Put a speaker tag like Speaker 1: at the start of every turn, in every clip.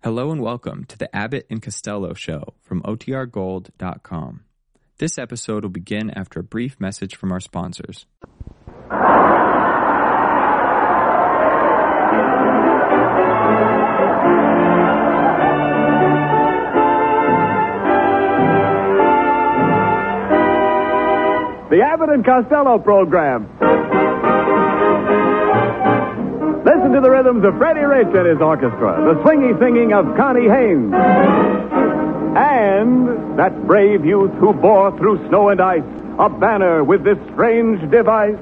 Speaker 1: Hello and welcome to the Abbott and Costello Show from OTRGold.com. This episode will begin after a brief message from our sponsors.
Speaker 2: The Abbott and Costello program. Listen to the rhythms of Freddie Rich and his orchestra, the swingy singing of Connie Haynes, and that brave youth who bore through snow and ice a banner with this strange device.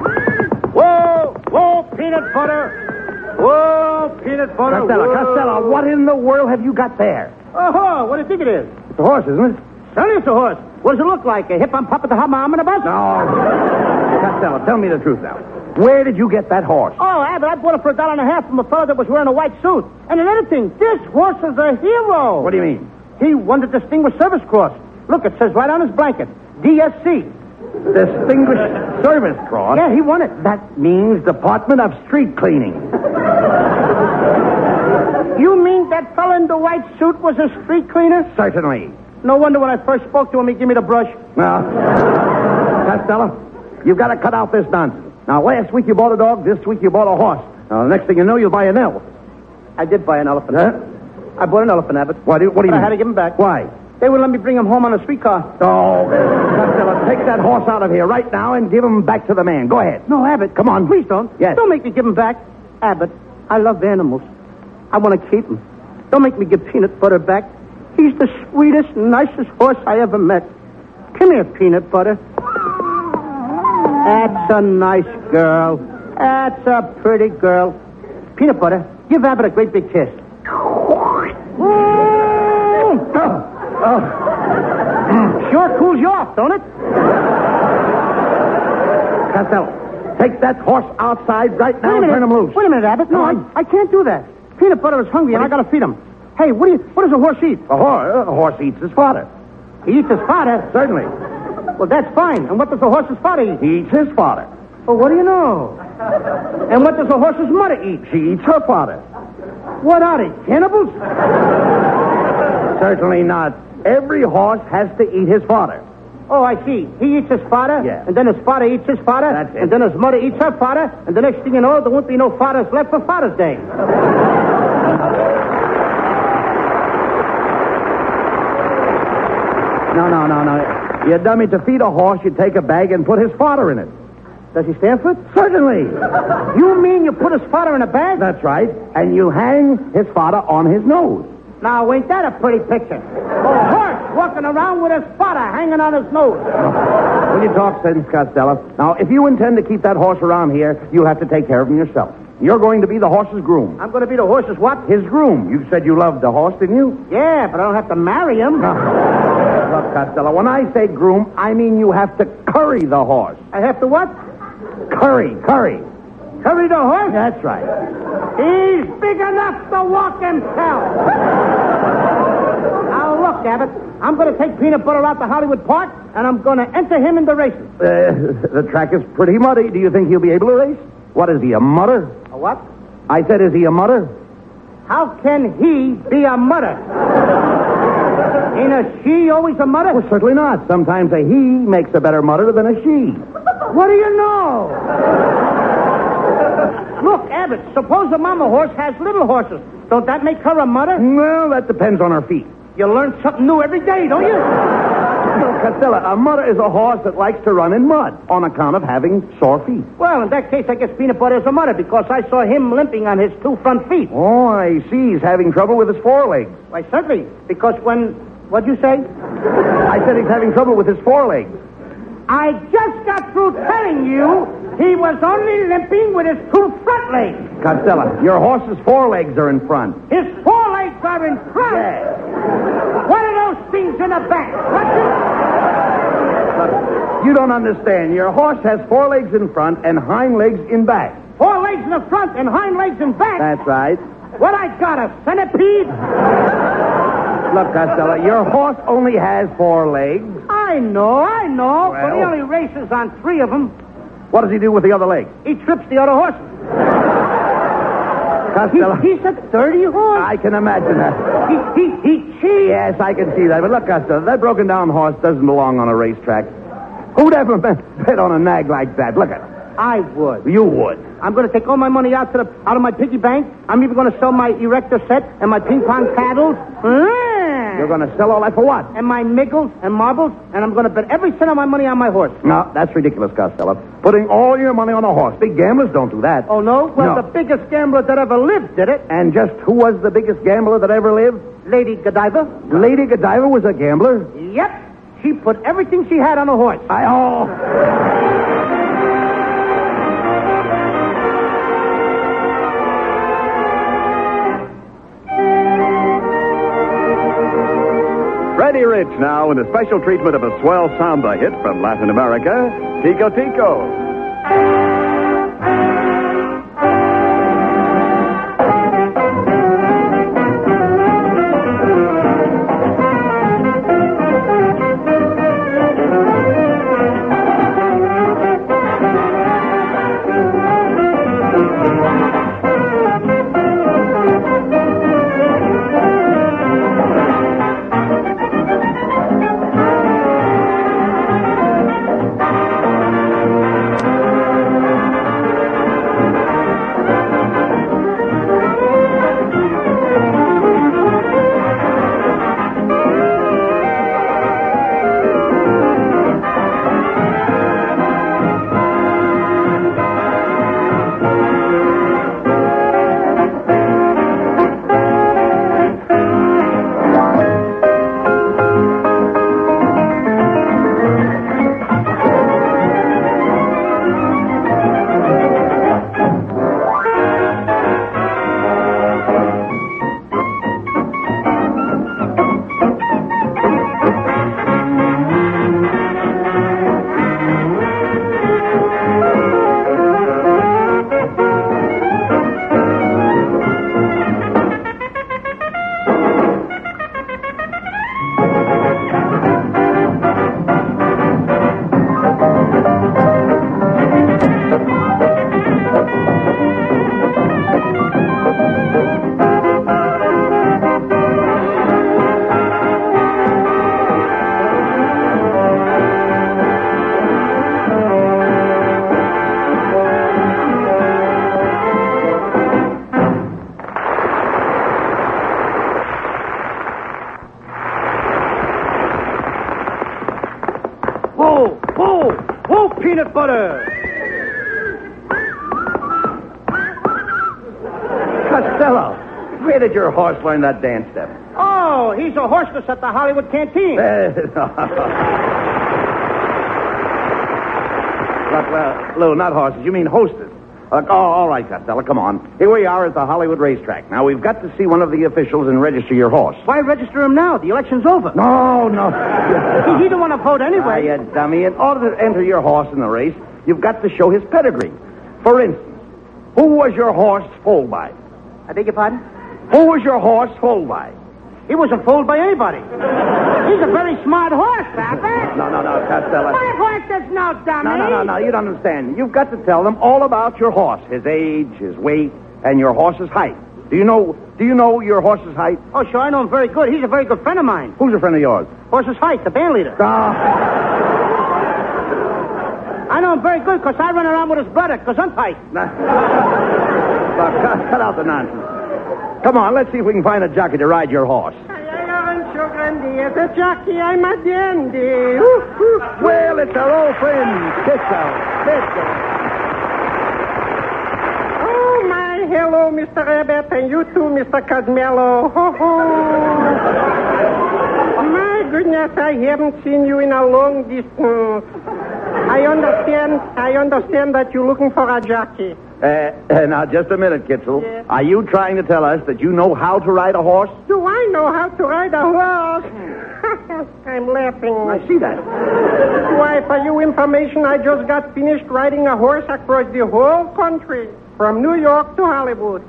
Speaker 2: Whoa! Whoa, peanut butter! Whoa, peanut butter!
Speaker 3: Costello,
Speaker 2: whoa.
Speaker 3: Costello, what in the world have you got there?
Speaker 2: Oh, what do you think it is?
Speaker 3: It's a horse, isn't it?
Speaker 2: Tell you it's a horse.
Speaker 3: What does it look like? A hip on top of the hum arm and a bus? No. Costello, tell me the truth now. Where did you get that horse?
Speaker 4: Oh, Abbott, I bought it for a dollar and a half from a fellow that was wearing a white suit. And another thing, this horse is a hero.
Speaker 3: What do you mean?
Speaker 4: He won the Distinguished Service Cross. Look, it says right on his blanket, DSC.
Speaker 3: Distinguished Service Cross?
Speaker 4: Yeah, he won it.
Speaker 3: That means Department of Street Cleaning.
Speaker 4: You mean that fellow in the white suit was a street cleaner?
Speaker 3: Certainly.
Speaker 4: No wonder when I first spoke to him, he gave me the brush.
Speaker 3: Well, Costello, you've got to cut out this nonsense. Now, last week you bought a dog, this week you bought a horse. Now, the next thing you know, you'll buy an elephant.
Speaker 4: I did buy an elephant.
Speaker 3: Huh?
Speaker 4: I bought an elephant, Abbott.
Speaker 3: What do, what do you
Speaker 4: But I
Speaker 3: mean?
Speaker 4: had to give him back.
Speaker 3: Why?
Speaker 4: They wouldn't let me bring him home on a streetcar.
Speaker 3: Oh, Costello, take that horse out of here right now and give him back to the man. Go ahead. No, Abbott. Come on.
Speaker 4: Please don't.
Speaker 3: Yes.
Speaker 4: Don't make me give him back. Abbott, I love animals. I want to keep him. Don't make me give Peanut Butter back. He's the sweetest, nicest horse I ever met. Come here, Peanut Butter. That's a nice girl. That's a pretty girl. Peanut Butter, give Abbott a great big kiss.
Speaker 3: Oh,
Speaker 4: Sure cools you off, don't it?
Speaker 3: Costello, take that horse outside right now and
Speaker 4: Wait a minute.
Speaker 3: turn him loose.
Speaker 4: Wait a minute, Abbott. No, I, I can't do that. Peanut Butter is hungry, and I got to feed him. Hey, what do you? What does a horse eat?
Speaker 3: A
Speaker 4: uh,
Speaker 3: horse, a horse eats his father.
Speaker 4: He eats his fodder.
Speaker 3: Certainly.
Speaker 4: Well, that's fine. And what does the horse's fodder eat?
Speaker 3: He eats his father.
Speaker 4: Well, what do you know? and what does the horse's mother eat?
Speaker 3: She eats her father.
Speaker 4: What are they, cannibals?
Speaker 3: Certainly not. Every horse has to eat his father.
Speaker 4: Oh, I see. He eats his fodder,
Speaker 3: Yeah.
Speaker 4: and then his father eats his fodder,
Speaker 3: That's it.
Speaker 4: and then his mother eats her fodder, and the next thing you know, there won't be no fathers left for Father's Day.
Speaker 3: No, no, no, no. You dummy, to feed a horse, you take a bag and put his father in it.
Speaker 4: Does he stand for it?
Speaker 3: Certainly.
Speaker 4: You mean you put his fodder in a bag?
Speaker 3: That's right. And you hang his father on his nose.
Speaker 4: Now, ain't that a pretty picture? A horse walking around with his fodder hanging on his nose.
Speaker 3: Will you talk sense, Costello? Now, if you intend to keep that horse around here, you'll have to take care of him yourself. You're going to be the horse's groom.
Speaker 4: I'm going to be the horse's what?
Speaker 3: His groom. You said you loved the horse, didn't you?
Speaker 4: Yeah, but I don't have to marry him.
Speaker 3: Look, Costello, when I say groom, I mean you have to curry the horse.
Speaker 4: I have to what?
Speaker 3: Curry, curry.
Speaker 4: Curry the horse?
Speaker 3: That's right.
Speaker 4: He's big enough to walk himself. now, look, Abbott, I'm going to take Peanut Butter out to Hollywood Park, and I'm going to enter him in the races.
Speaker 3: Uh, the track is pretty muddy. Do you think he'll be able to race? What is he, a mutter?
Speaker 4: A what?
Speaker 3: I said, is he a mutter?
Speaker 4: How can he be a mother? Ain't a she always a mother?
Speaker 3: Well, certainly not. Sometimes a he makes a better mutter than a she.
Speaker 4: What do you know? Look, Abbott, suppose a mama horse has little horses. Don't that make her a mother?
Speaker 3: Well, that depends on her feet.
Speaker 4: You learn something new every day, don't you?
Speaker 3: Well, Costello, a mudder is a horse that likes to run in mud on account of having sore feet.
Speaker 4: Well, in that case, I guess Peanut Butter is a mother because I saw him limping on his two front feet.
Speaker 3: Oh, I see. He's having trouble with his forelegs.
Speaker 4: Why, certainly, because when. What'd you say?
Speaker 3: I said he's having trouble with his forelegs.
Speaker 4: I just got through telling you he was only limping with his two front legs.
Speaker 3: Costello, your horse's forelegs are in front.
Speaker 4: His forelegs are in front. What are those things in the back? What's
Speaker 3: Look, you don't understand. Your horse has forelegs in front and hind legs in back.
Speaker 4: it? Four legs in the front and hind legs in back.
Speaker 3: That's right.
Speaker 4: What I got, a centipede?
Speaker 3: Look, Costello, your horse only has four legs.
Speaker 4: I know, I know. But he
Speaker 3: Well.
Speaker 4: only races on three of them.
Speaker 3: What does he do with the other leg?
Speaker 4: He trips the other horses.
Speaker 3: Costello, Ah.
Speaker 4: He, he's a dirty horse.
Speaker 3: I can imagine that.
Speaker 4: He, he, he cheats.
Speaker 3: Yes, I can see that. But look, Costello, that broken down horse doesn't belong on a racetrack. Who'd ever bet bet on a nag like that? Look at him.
Speaker 4: I would.
Speaker 3: You would.
Speaker 4: I'm going to take all my money out to the, out of my piggy bank. I'm even going to sell my erector set and my ping pong paddles.
Speaker 3: You're going to sell all that for what?
Speaker 4: and my nickels and marbles, and I'm going to bet every cent of my money on my horse.
Speaker 3: No, that's ridiculous, Costello. Putting all your money on a horse. Big gamblers don't do that.
Speaker 4: Oh no? Well,
Speaker 3: No.
Speaker 4: the biggest gambler that ever lived did it.
Speaker 3: And just who was the biggest gambler that ever lived?
Speaker 4: Lady Godiva.
Speaker 3: Lady Godiva was a gambler?
Speaker 4: Yep, she put everything she had on a horse.
Speaker 3: I oh.
Speaker 2: Freddie Rich now in a special treatment of a swell samba hit from Latin America, Tico Tico.
Speaker 4: Whoa, whoa, whoa, peanut butter.
Speaker 3: Costello, where did your horse learn that dance step?
Speaker 4: Oh, he's a horseless at the Hollywood canteen.
Speaker 3: Eh, Look, well, Lou, not horses. You mean hostess. Look, oh, all right, Costello, come on. Here we are at the Hollywood racetrack. Now, we've got to see one of the officials and register your horse.
Speaker 4: Why register him now? The election's over.
Speaker 3: No, no.
Speaker 4: He, he didn't want to vote anyway.
Speaker 3: Why, you dummy. In order to enter your horse in the race, you've got to show his pedigree. For instance, who was your horse foaled by?
Speaker 4: I beg your pardon?
Speaker 3: Who was your horse foaled by?
Speaker 4: He wasn't fooled by anybody. He's a very smart horse, Papa.
Speaker 3: No, no, no, Costello.
Speaker 4: My horse is no dummy.
Speaker 3: No, no, no, no. You don't understand. You've got to tell them all about your horse, his age, his weight, and your horse's height. Do you know? Do you know your horse's height?
Speaker 4: Oh, sure, I know him very good. He's a very good friend of mine.
Speaker 3: Who's a friend of yours?
Speaker 4: Horse's Height, the band leader.
Speaker 3: Ah,
Speaker 4: I know him very good because I run around with his brother, Gesundheit.
Speaker 3: no. Look, cut, cut out the nonsense. Come on, let's see if we can find a jockey to ride your horse. Well, it's our old friend, Kisco.
Speaker 4: Oh, my, hello, Mr. Abbott, and you too, Mr. Cadmello. Ho, ho. my goodness, I haven't seen you in a long distance. I understand, I understand that you're looking for a jockey.
Speaker 3: Uh, now, just a minute, Kitzel.
Speaker 4: Yeah.
Speaker 3: Are you trying to tell us that you know how to ride a horse?
Speaker 4: Do I know how to ride a horse? I'm
Speaker 3: I
Speaker 4: laughing.
Speaker 3: see that.
Speaker 4: Why, for your information, I just got finished riding a horse across the whole country, from New York to Hollywood.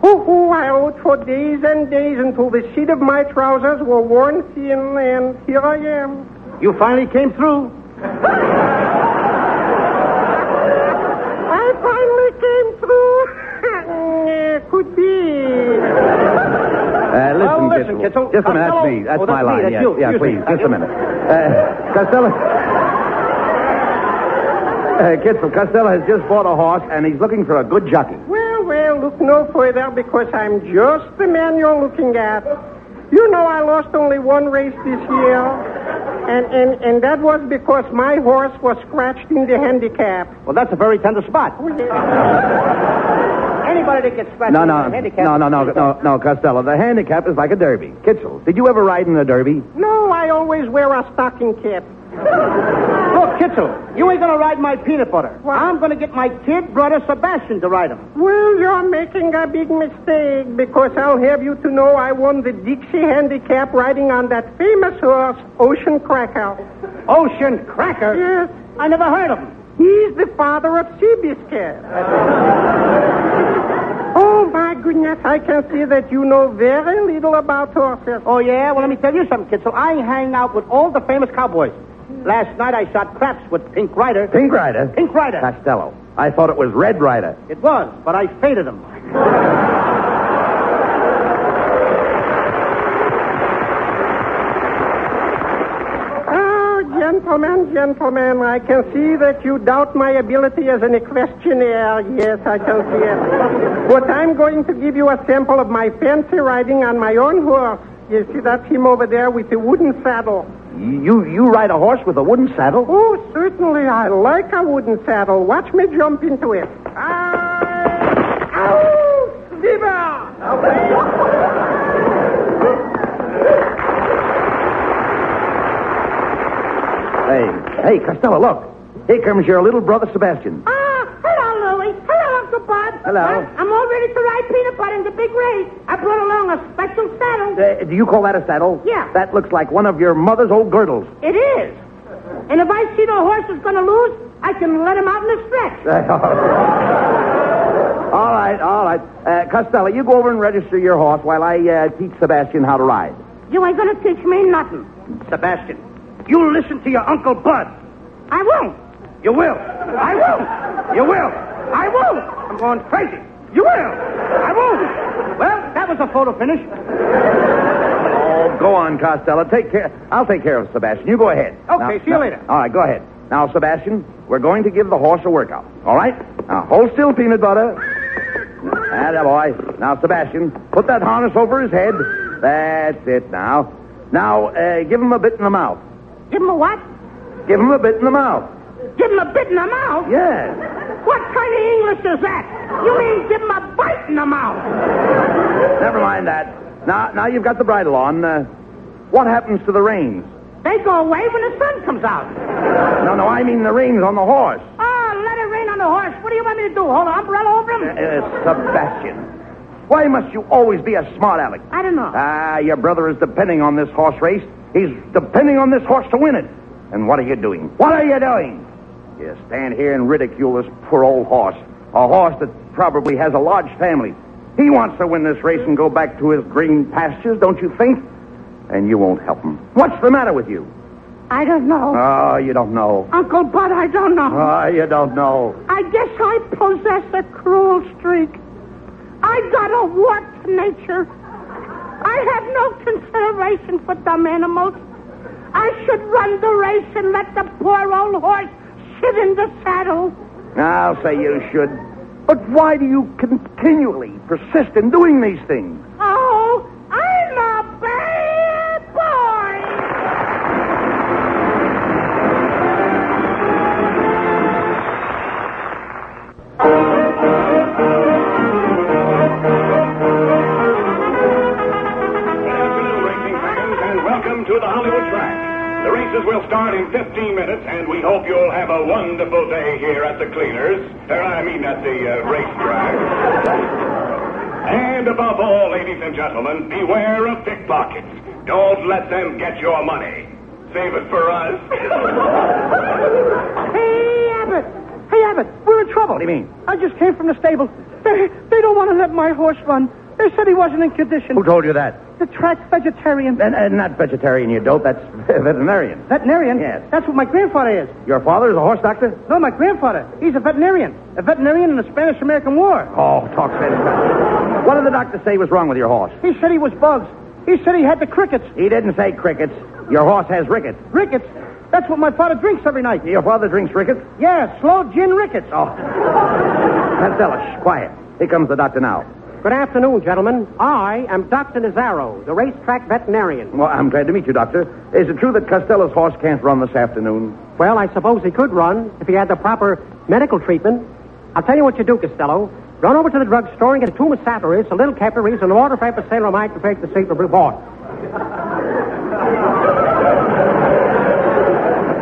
Speaker 5: Hoo hoo, I rode for days and days until the seat of my trousers were worn thin, and here I am.
Speaker 3: You finally came through.
Speaker 5: I finally came through. Eh, Could be.
Speaker 3: Uh, listen,
Speaker 6: Oh, listen, Kitzel.
Speaker 3: Just a minute.
Speaker 6: Costello.
Speaker 3: That's me. That's
Speaker 6: Oh,
Speaker 3: my
Speaker 6: that's me.
Speaker 3: line.
Speaker 6: That's
Speaker 3: yeah,
Speaker 6: you.
Speaker 3: yeah
Speaker 6: Excuse
Speaker 3: please.
Speaker 6: me.
Speaker 3: Just a minute. Uh, Costello. Uh, Kitzel, Costello has just bought a horse, and he's looking for a good jockey.
Speaker 5: Well, well, look no further because I'm just the man you're looking at. You know I lost only one race this year, and, and, and that was because my horse was scratched in the handicap. Oh,
Speaker 3: Well, that's a very tender spot.
Speaker 4: Anybody that gets scratched
Speaker 3: No, no, no, no, no, no, no, Costello. The handicap is like a derby. Kitzel, did you ever ride in a derby?
Speaker 5: No, I always wear a stocking cap.
Speaker 4: Look, Kitzel, you ain't gonna ride my peanut butter. I'm gonna get my kid brother Sebastian to ride him.
Speaker 5: Well, you're making a big mistake because I'll have you to know I won the Dixie Handicap riding on that famous horse, Ocean Cracker.
Speaker 4: Ocean Cracker?
Speaker 5: Yes,
Speaker 4: I never heard of him.
Speaker 5: he's the father of Seabiscuit. oh, my goodness, I can see that you know very little about horses.
Speaker 4: Oh, yeah? Well, let me tell you something, Kitzel. I hang out with all the famous cowboys. Last night I shot craps with Pink Rider.
Speaker 3: Pink Rider.
Speaker 4: Pink Rider.
Speaker 3: Costello. I thought it was Red Rider.
Speaker 4: It was, but I faded him.
Speaker 5: Oh, gentlemen, gentlemen, I can see that you doubt my ability as an equestrianer. Yes, I can see it. But I'm going to give you a sample of my fancy riding on my own horse. You see, that's him over there with the wooden saddle.
Speaker 3: You you ride a horse with a wooden saddle?
Speaker 5: Oh, certainly, I like a wooden saddle. Watch me jump into it. Ah! Ow! Viva!
Speaker 3: Hey, hey, Costello, look. Here comes your little brother Sebastian.
Speaker 7: Ah, hello, Louie. Hello, Uncle Bob.
Speaker 3: Hello.
Speaker 7: I'm, I'm all ready to ride peanut butter in the big race. I brought along a special saddle.
Speaker 3: Uh, do you call that a saddle?
Speaker 7: Yeah.
Speaker 3: That looks like one of your mother's old girdles.
Speaker 7: It is. And if I see the horse is going to lose, I can let him out in the stretch.
Speaker 3: all right, all right. Uh, Costello, you go over and register your horse while I uh, teach Sebastian how to ride.
Speaker 7: You ain't going to teach me nothing.
Speaker 4: Sebastian, you listen to your Uncle Bud.
Speaker 7: I won't.
Speaker 4: You will. I will. You will. I will. I'm going crazy. You will. I will. Well, that was a photo finish.
Speaker 3: Oh, go on, Costello. Take care. I'll take care of Sebastian. You go ahead.
Speaker 4: Okay, see you later.
Speaker 3: All right, go ahead. Now, Sebastian, we're going to give the horse a workout. All right? Now, hold still, peanut butter. Atta boy. Now, Sebastian, put that harness over his head. That's it now. Now, uh, give him a bit in the mouth.
Speaker 7: Give him a what?
Speaker 3: Give him a bit in the mouth.
Speaker 7: Give him a bit in the mouth?
Speaker 3: Yes.
Speaker 7: What kind of English is that? You mean give him a bite in the mouth?
Speaker 3: Never mind that. Now, now you've got the bridle on. Uh, what happens to the reins?
Speaker 7: They go away when the sun comes out.
Speaker 3: No, no, I mean the reins on the horse.
Speaker 7: Oh, let it rain on the horse. What do you want me to do? Hold an umbrella over him?
Speaker 3: Uh, Sebastian, why must you always be a smart aleck?
Speaker 7: I don't know.
Speaker 3: Ah, your brother is depending on this horse race. He's depending on this horse to win it. And what are you doing? What are you doing? You stand here and ridicule this poor old horse. A horse that probably has a large family. He wants to win this race and go back to his green pastures, don't you think? And you won't help him. What's the matter with you?
Speaker 7: I don't know.
Speaker 3: Oh, you don't know.
Speaker 7: Uncle Bud, I don't know.
Speaker 3: Oh, you don't know.
Speaker 7: I guess I possess a cruel streak. I got a warped nature. I have no consideration for dumb animals. I should run the race and let the poor old horse sit in the saddle.
Speaker 3: I'll say you should. But why do you continually persist in doing these things?
Speaker 7: Oh, I'm a bad boy.
Speaker 8: and welcome to the Hollywood track. The races will start in 15 minutes, and we hope you'll have a wonderful day here at the cleaners. Er, I mean, at the uh, racetrack. and above all, ladies and gentlemen, beware of pickpockets. Don't let them get your money. Save it for us.
Speaker 7: Hey, Abbott. Hey, Abbott. Where
Speaker 5: we're in trouble.
Speaker 3: What do you mean?
Speaker 5: I just came from the stable. They, they don't want to let my horse run. They said he wasn't in condition.
Speaker 3: Who told you that?
Speaker 5: The track vegetarian. uh,
Speaker 3: And, and not vegetarian, you dope. That's veterinarian.
Speaker 5: Veterinarian?
Speaker 3: Yes.
Speaker 5: That's what my grandfather is.
Speaker 3: Your father is a horse doctor?
Speaker 5: No, my grandfather. He's a veterinarian. A veterinarian in the Spanish American War.
Speaker 3: Oh, talk sense. What did the doctor say was wrong with your horse?
Speaker 5: He said he was bugs. He said he had the crickets.
Speaker 3: He didn't say crickets. Your horse has rickets.
Speaker 5: Rickets? That's what my father drinks every night.
Speaker 3: Your father drinks rickets?
Speaker 5: Yeah, slow gin rickets.
Speaker 3: Oh. Pantelish, quiet. Here comes the doctor now.
Speaker 4: Good afternoon, gentlemen. I am Dr. Nazaro, the racetrack veterinarian.
Speaker 3: Well, I'm glad to meet you, doctor. Is it true that Costello's horse can't run this afternoon?
Speaker 4: Well, I suppose he could run if he had the proper medical treatment. I'll tell you what you do, Costello. Run over to the drugstore and get a tube of saparis, a little capillaries, and an order for episalamide to take the sleep report.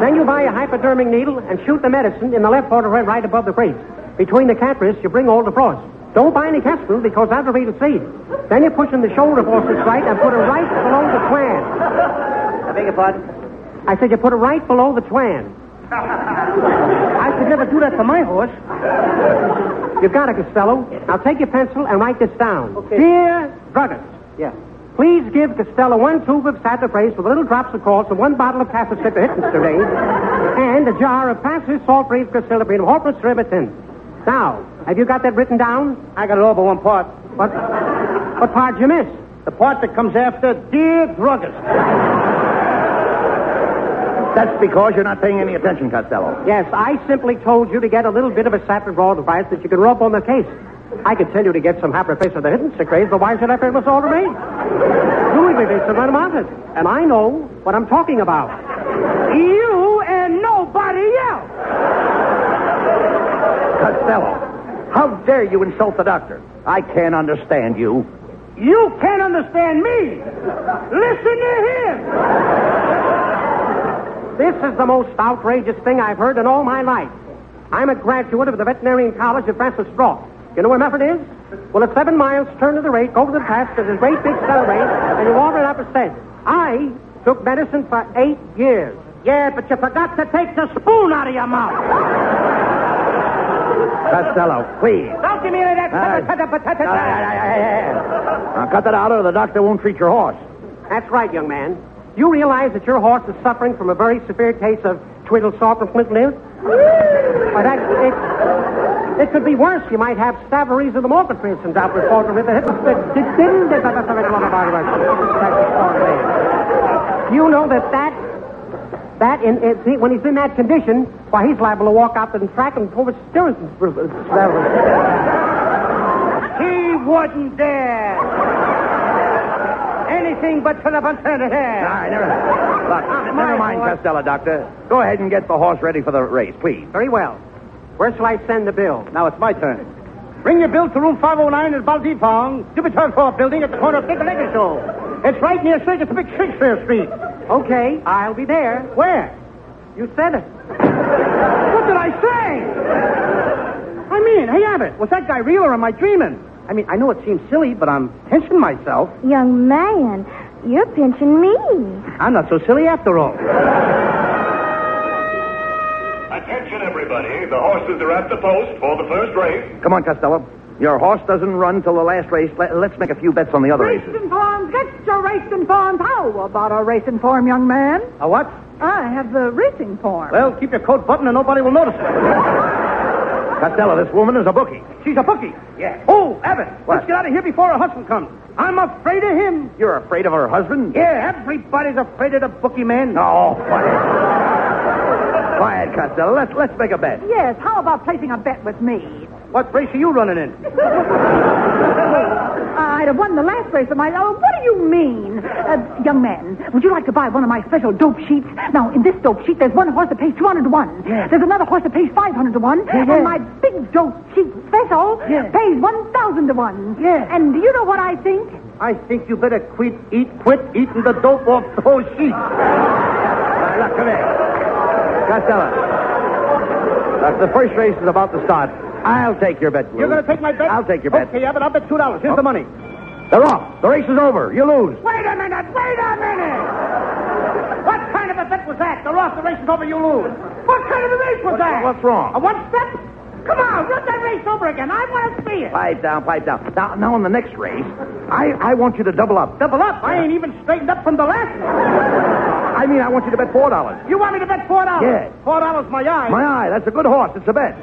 Speaker 4: then you buy a hypodermic needle and shoot the medicine in the left vertebrae right above the brace. Between the capillaries, you bring all the frost. Don't buy any capsule because that'll be the seed. Then you push in the shoulder forces right and put it right below the twan.
Speaker 3: I beg your pardon?
Speaker 4: I said you put it right below the twan.
Speaker 5: I could never do that for my horse.
Speaker 4: You got it, Costello. Now take your pencil and write this down. Dear druggist.
Speaker 5: Yeah.
Speaker 4: Please give Costello one tube of satisface with little drops of salts and one bottle of pacificahittins today, and a jar of passive sulfate crystalline hopeless rivetin. Now, have you got that written down?
Speaker 5: I got it all but one part.
Speaker 4: What, what part you miss?
Speaker 5: The part that comes after, dear druggist.
Speaker 3: That's because you're not paying any attention, Costello.
Speaker 4: Yes, I simply told you to get a little bit of a saprogrel device that you could rub on the case. I could tell you to get some hyperface of the hidden secrets, but why should I pay what's all made? Louis me this amount of it, and I know what I'm talking about.
Speaker 7: You and nobody else.
Speaker 3: Costello, how dare you insult the doctor? I can't understand you.
Speaker 7: You can't understand me. Listen to him.
Speaker 4: This is the most outrageous thing I've heard in all my life. I'm a graduate of the Veterinarian College of Francis Straw. You know where Mefford is? Well, at seven miles, turn to the right, go to the pass, there's a great big celebrate, and you water it up a cent. I took medicine for eight years. Yeah, but you forgot to take the spoon out of your mouth.
Speaker 3: Costello, please.
Speaker 4: Don't give me any of that.
Speaker 3: Now, cut that out, or the doctor won't treat your horse.
Speaker 4: That's right, young man. You realize that your horse is suffering from a very severe case of twiddle salt and flint live? Why, that, it, it could be worse. You might have savaries of the morgan, for instance, out with Fulton with the hip. You know that that, that in, in, see, when he's in that condition, why, he's liable to walk out the track and pull his stirrups.
Speaker 5: He wouldn't dare. Anything but to the bunch
Speaker 3: All right, never, Look, never mind Costello, doctor. Go ahead and get the horse ready for the race, please.
Speaker 4: Very well. Where shall I send the bill?
Speaker 5: Now it's my turn. Bring your bill to room 509 at Baldipong, Jupiter 4 building at the corner of Big Lake and Show. It's right near Circus Big Shakespeare Street.
Speaker 4: Okay, I'll be there.
Speaker 5: Where?
Speaker 4: You said it.
Speaker 5: What did I say? I mean, hey, Abbott, was that guy real or am I dreaming? I mean, I know it seems silly, but I'm pinching myself.
Speaker 9: Young man, you're pinching me.
Speaker 5: I'm not so silly after all.
Speaker 8: Attention, everybody. The horses are at the post for the first race.
Speaker 3: Come on, Costello. Your horse doesn't run till the last race. Let, let's make a few bets on the other races.
Speaker 7: Race informed. Get your race informed. How about a race informed, young man?
Speaker 5: A what?
Speaker 7: I have the racing form.
Speaker 5: Well, keep your coat buttoned and nobody will notice it.
Speaker 3: Costello, this woman is a bookie.
Speaker 5: She's a bookie.
Speaker 3: Yeah.
Speaker 5: Oh, Abbott,
Speaker 3: What?
Speaker 5: let's get out of here before her husband comes. I'm afraid of him.
Speaker 3: You're afraid of her husband?
Speaker 5: Yeah, everybody's afraid of the bookie man.
Speaker 4: Oh,
Speaker 3: No, quiet. quiet, Costello. Let's let's make a bet.
Speaker 7: Yes, how about placing a bet with me?
Speaker 5: What race are you running in?
Speaker 7: I'd have won the last race of my. Oh, what do you mean? Uh, young man, would you like to buy one of my special dope sheets? Now, in this dope sheet, there's one horse that pays 200 to 1. There's another horse that pays 500 to 1. And my big dope sheet special pays 1,000 to 1.
Speaker 5: Yeah.
Speaker 7: And do you know what I think?
Speaker 5: I think you better quit, eat, quit eating the dope off those sheep.
Speaker 3: Now, look, come here. Costello. Look, the first race is about to start. I'll take your bet. Lou.
Speaker 5: You're going to take my bet?
Speaker 3: I'll take your bet.
Speaker 5: Okay, Abbott, I'll bet $2. Here's the money.
Speaker 3: They're off. The race is over. You lose.
Speaker 5: Wait a minute! Wait a minute! What kind of a bet was that? They're off. The race is over. You lose. What kind of a race was that?
Speaker 3: what's wrong?
Speaker 5: A one step?
Speaker 10: Come on, run that race over again. I want to see it.
Speaker 3: Pipe down, pipe down. Now, now in the next race, I, I want you to double up. Double up?
Speaker 4: I ain't even straightened up from the last one.
Speaker 3: I mean, I want you to bet four dollars.
Speaker 4: You want me to bet $4?
Speaker 3: Yeah.
Speaker 4: $4 my eye.
Speaker 3: My eye, that's a good horse. It's a bet.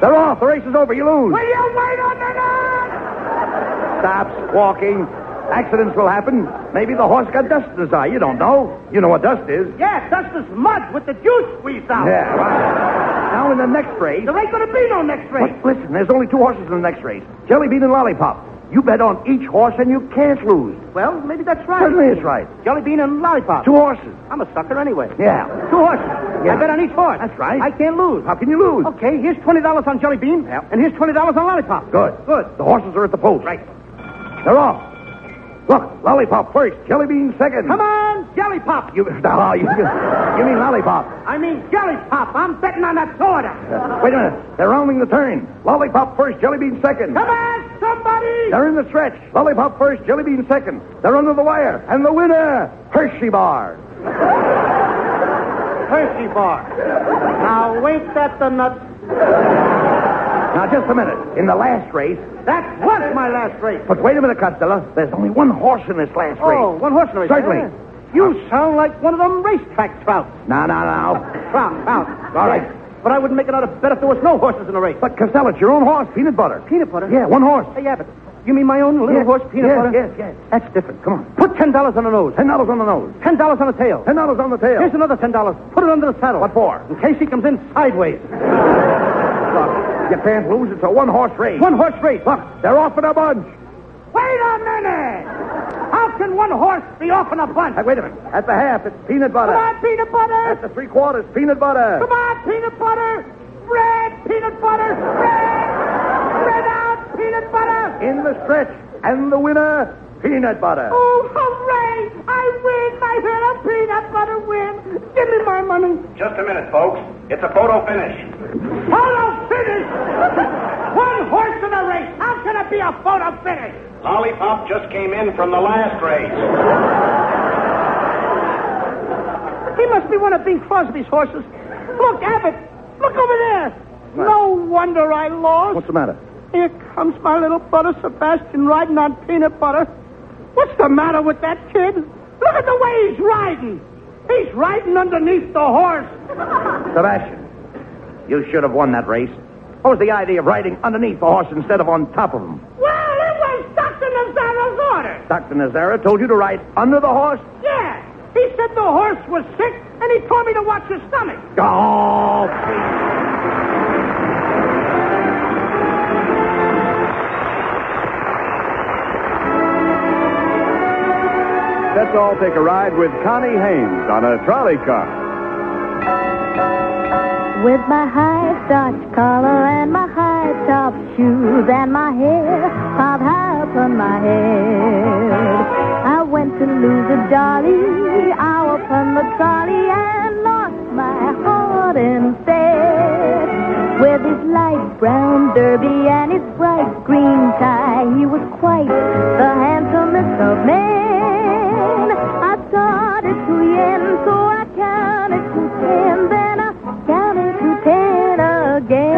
Speaker 3: They're off. The race is over. You lose.
Speaker 10: Will you wait a minute?
Speaker 3: Stop squawking. Accidents will happen. Maybe the horse got dust in his eye. You don't know. You know what dust is.
Speaker 4: Yeah, dust is mud with the juice squeezed out.
Speaker 3: Yeah, right. Now in the next race.
Speaker 4: There ain't gonna be no next race.
Speaker 3: What- listen, there's only two horses in the next race Jelly Bean and Lollipop. You bet on each horse and you can't lose.
Speaker 4: Well, maybe that's right.
Speaker 3: Certainly it's right.
Speaker 4: Jelly bean and lollipop.
Speaker 3: Two horses.
Speaker 4: I'm a sucker anyway.
Speaker 3: Yeah.
Speaker 4: Two horses.
Speaker 3: Yeah.
Speaker 4: I bet on each horse.
Speaker 3: That's right.
Speaker 4: I can't lose.
Speaker 3: How can you lose?
Speaker 4: Okay, here's twenty dollars on jelly bean,
Speaker 3: Yep.
Speaker 4: and here's twenty dollars on lollipop.
Speaker 3: Good.
Speaker 4: Good.
Speaker 3: The horses are at the post. Right. They're off. Look, Lollipop first, Jelly Bean second.
Speaker 4: Come on, jelly pop.
Speaker 3: You, no, you, you mean Lollipop.
Speaker 4: I mean jelly pop. I'm betting on that soda.
Speaker 3: Wait a minute. They're rounding the turn. Lollipop first, Jelly Bean second.
Speaker 4: Come on, somebody.
Speaker 3: They're in the stretch. Lollipop first, Jelly Bean second. They're under the wire. And the winner, Hershey Bar.
Speaker 4: Hershey bar. Now wait that the nut.
Speaker 3: Now, just a minute. In the last race.
Speaker 4: That was my last race.
Speaker 3: But wait a minute, Costello. There's only one horse in this last
Speaker 4: Oh,
Speaker 3: race.
Speaker 4: one horse race.
Speaker 3: Certainly.
Speaker 4: Yeah. You sound like one of them racetrack trouts.
Speaker 3: No, no, no.
Speaker 4: Trout, trout.
Speaker 3: All right.
Speaker 4: Yeah. But I wouldn't make another bet if there was no horses in the race.
Speaker 3: But, Costello, it's your own horse, Peanut Butter. Uh,
Speaker 4: Peanut butter?
Speaker 3: Yeah, one horse.
Speaker 4: Hey, Abbott, you mean my own little
Speaker 3: Yes,
Speaker 4: horse peanut
Speaker 3: yes,
Speaker 4: butter?
Speaker 3: yes, yes.
Speaker 4: That's different.
Speaker 3: Come on.
Speaker 4: Put ten dollars on the nose.
Speaker 3: Ten dollars on the nose.
Speaker 4: Ten dollars on the tail.
Speaker 3: Ten dollars on the tail.
Speaker 4: Here's another ten dollars. Put it under the saddle.
Speaker 3: What for?
Speaker 4: In case he comes in sideways.
Speaker 3: Look, you can't lose. It's a one horse race.
Speaker 4: One horse race.
Speaker 3: Look, they're off in a bunch.
Speaker 4: Wait a minute! How can one horse be off in a bunch?
Speaker 3: Hey, wait a minute. At the half, it's peanut butter.
Speaker 10: Come on, peanut butter.
Speaker 3: At the three quarters, peanut butter.
Speaker 10: Come on, peanut butter. Red peanut butter. Red. Spread out peanut butter.
Speaker 3: In the stretch, and the winner, peanut butter.
Speaker 10: Oh, hooray. I win. My hero peanut butter win. Give me my money.
Speaker 8: Just a minute, folks. It's a photo finish.
Speaker 10: Photo finish. One horse in a race. How can it be a photo finish?
Speaker 8: Lollipop just came in from the last race.
Speaker 4: He must be one of Bing Crosby's horses.
Speaker 10: Look, Abbott. Look over there. No wonder I lost.
Speaker 3: What's the matter?
Speaker 10: Here comes my little brother Sebastian riding on peanut butter. What's the matter with that kid? Look at the way he's riding. He's riding underneath the horse.
Speaker 3: Sebastian, you should have won that race. What was the idea of riding underneath the horse instead of on top of him?
Speaker 10: Well, it was Dr. Nazaro's order.
Speaker 3: Dr. Nazara told you to ride under the horse?
Speaker 10: Yeah. He said the horse was sick, and he told me to watch his stomach.
Speaker 3: Oh, please.
Speaker 2: Let's all take a ride with Connie Haynes on a trolley car.
Speaker 7: With my high starched collar and my high top shoes and my hair piled high upon my head. I went to lose a dolly out upon the trolley and lost my heart instead. With his light brown derby and his bright green tie, he was quite the handsomest of men. I started to yen, so I counted to ten, then I counted to ten again.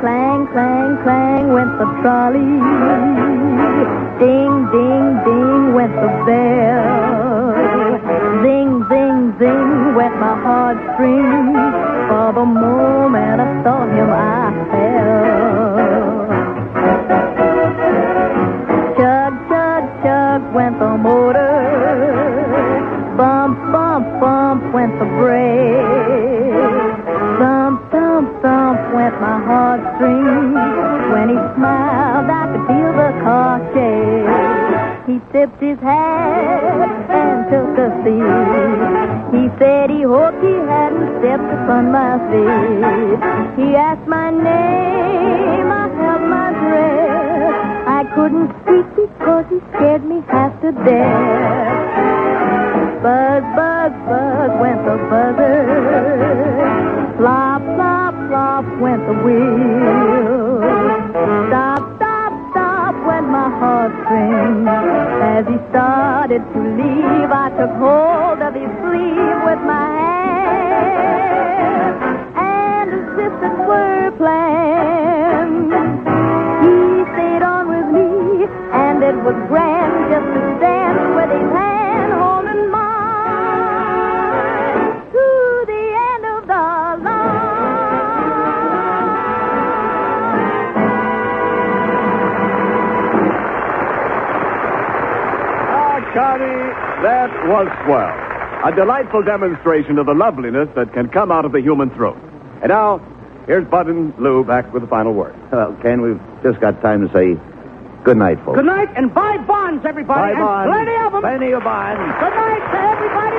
Speaker 7: Clang, clang, clang went the trolley. Ding, ding, ding went the bell. Zing, zing, zing went my heartstrings. For the moment I saw him, I fell. Chug, chug, chug went the motor. Bump, bump, bump went the brakes. Thump, thump, thump went my heartstrings. When he smiled, I could feel the car shake. He tipped his hat and took a seat. He said he hoped he hadn't stepped upon my feet. He asked my name, I held my breath. I couldn't speak because he scared me half to death. Buzz, buzz, buzz went the buzzer. Flop, flop, flop went the wheel. Stop, stop, stop went my heartstrings. As he started to leave, I took hold of his sleeve with my
Speaker 3: Johnny, Ah, that was swell. A delightful demonstration of the loveliness that can come out of the human throat. And now, here's Bud and Lou back with the final word.
Speaker 11: Well, Ken, we've just got time to say good night, folks.
Speaker 4: Good night and buy bonds, everybody.
Speaker 11: Bye,
Speaker 4: and
Speaker 11: Bond.
Speaker 4: plenty of them.
Speaker 11: Plenty of bonds.
Speaker 4: Good night to everybody.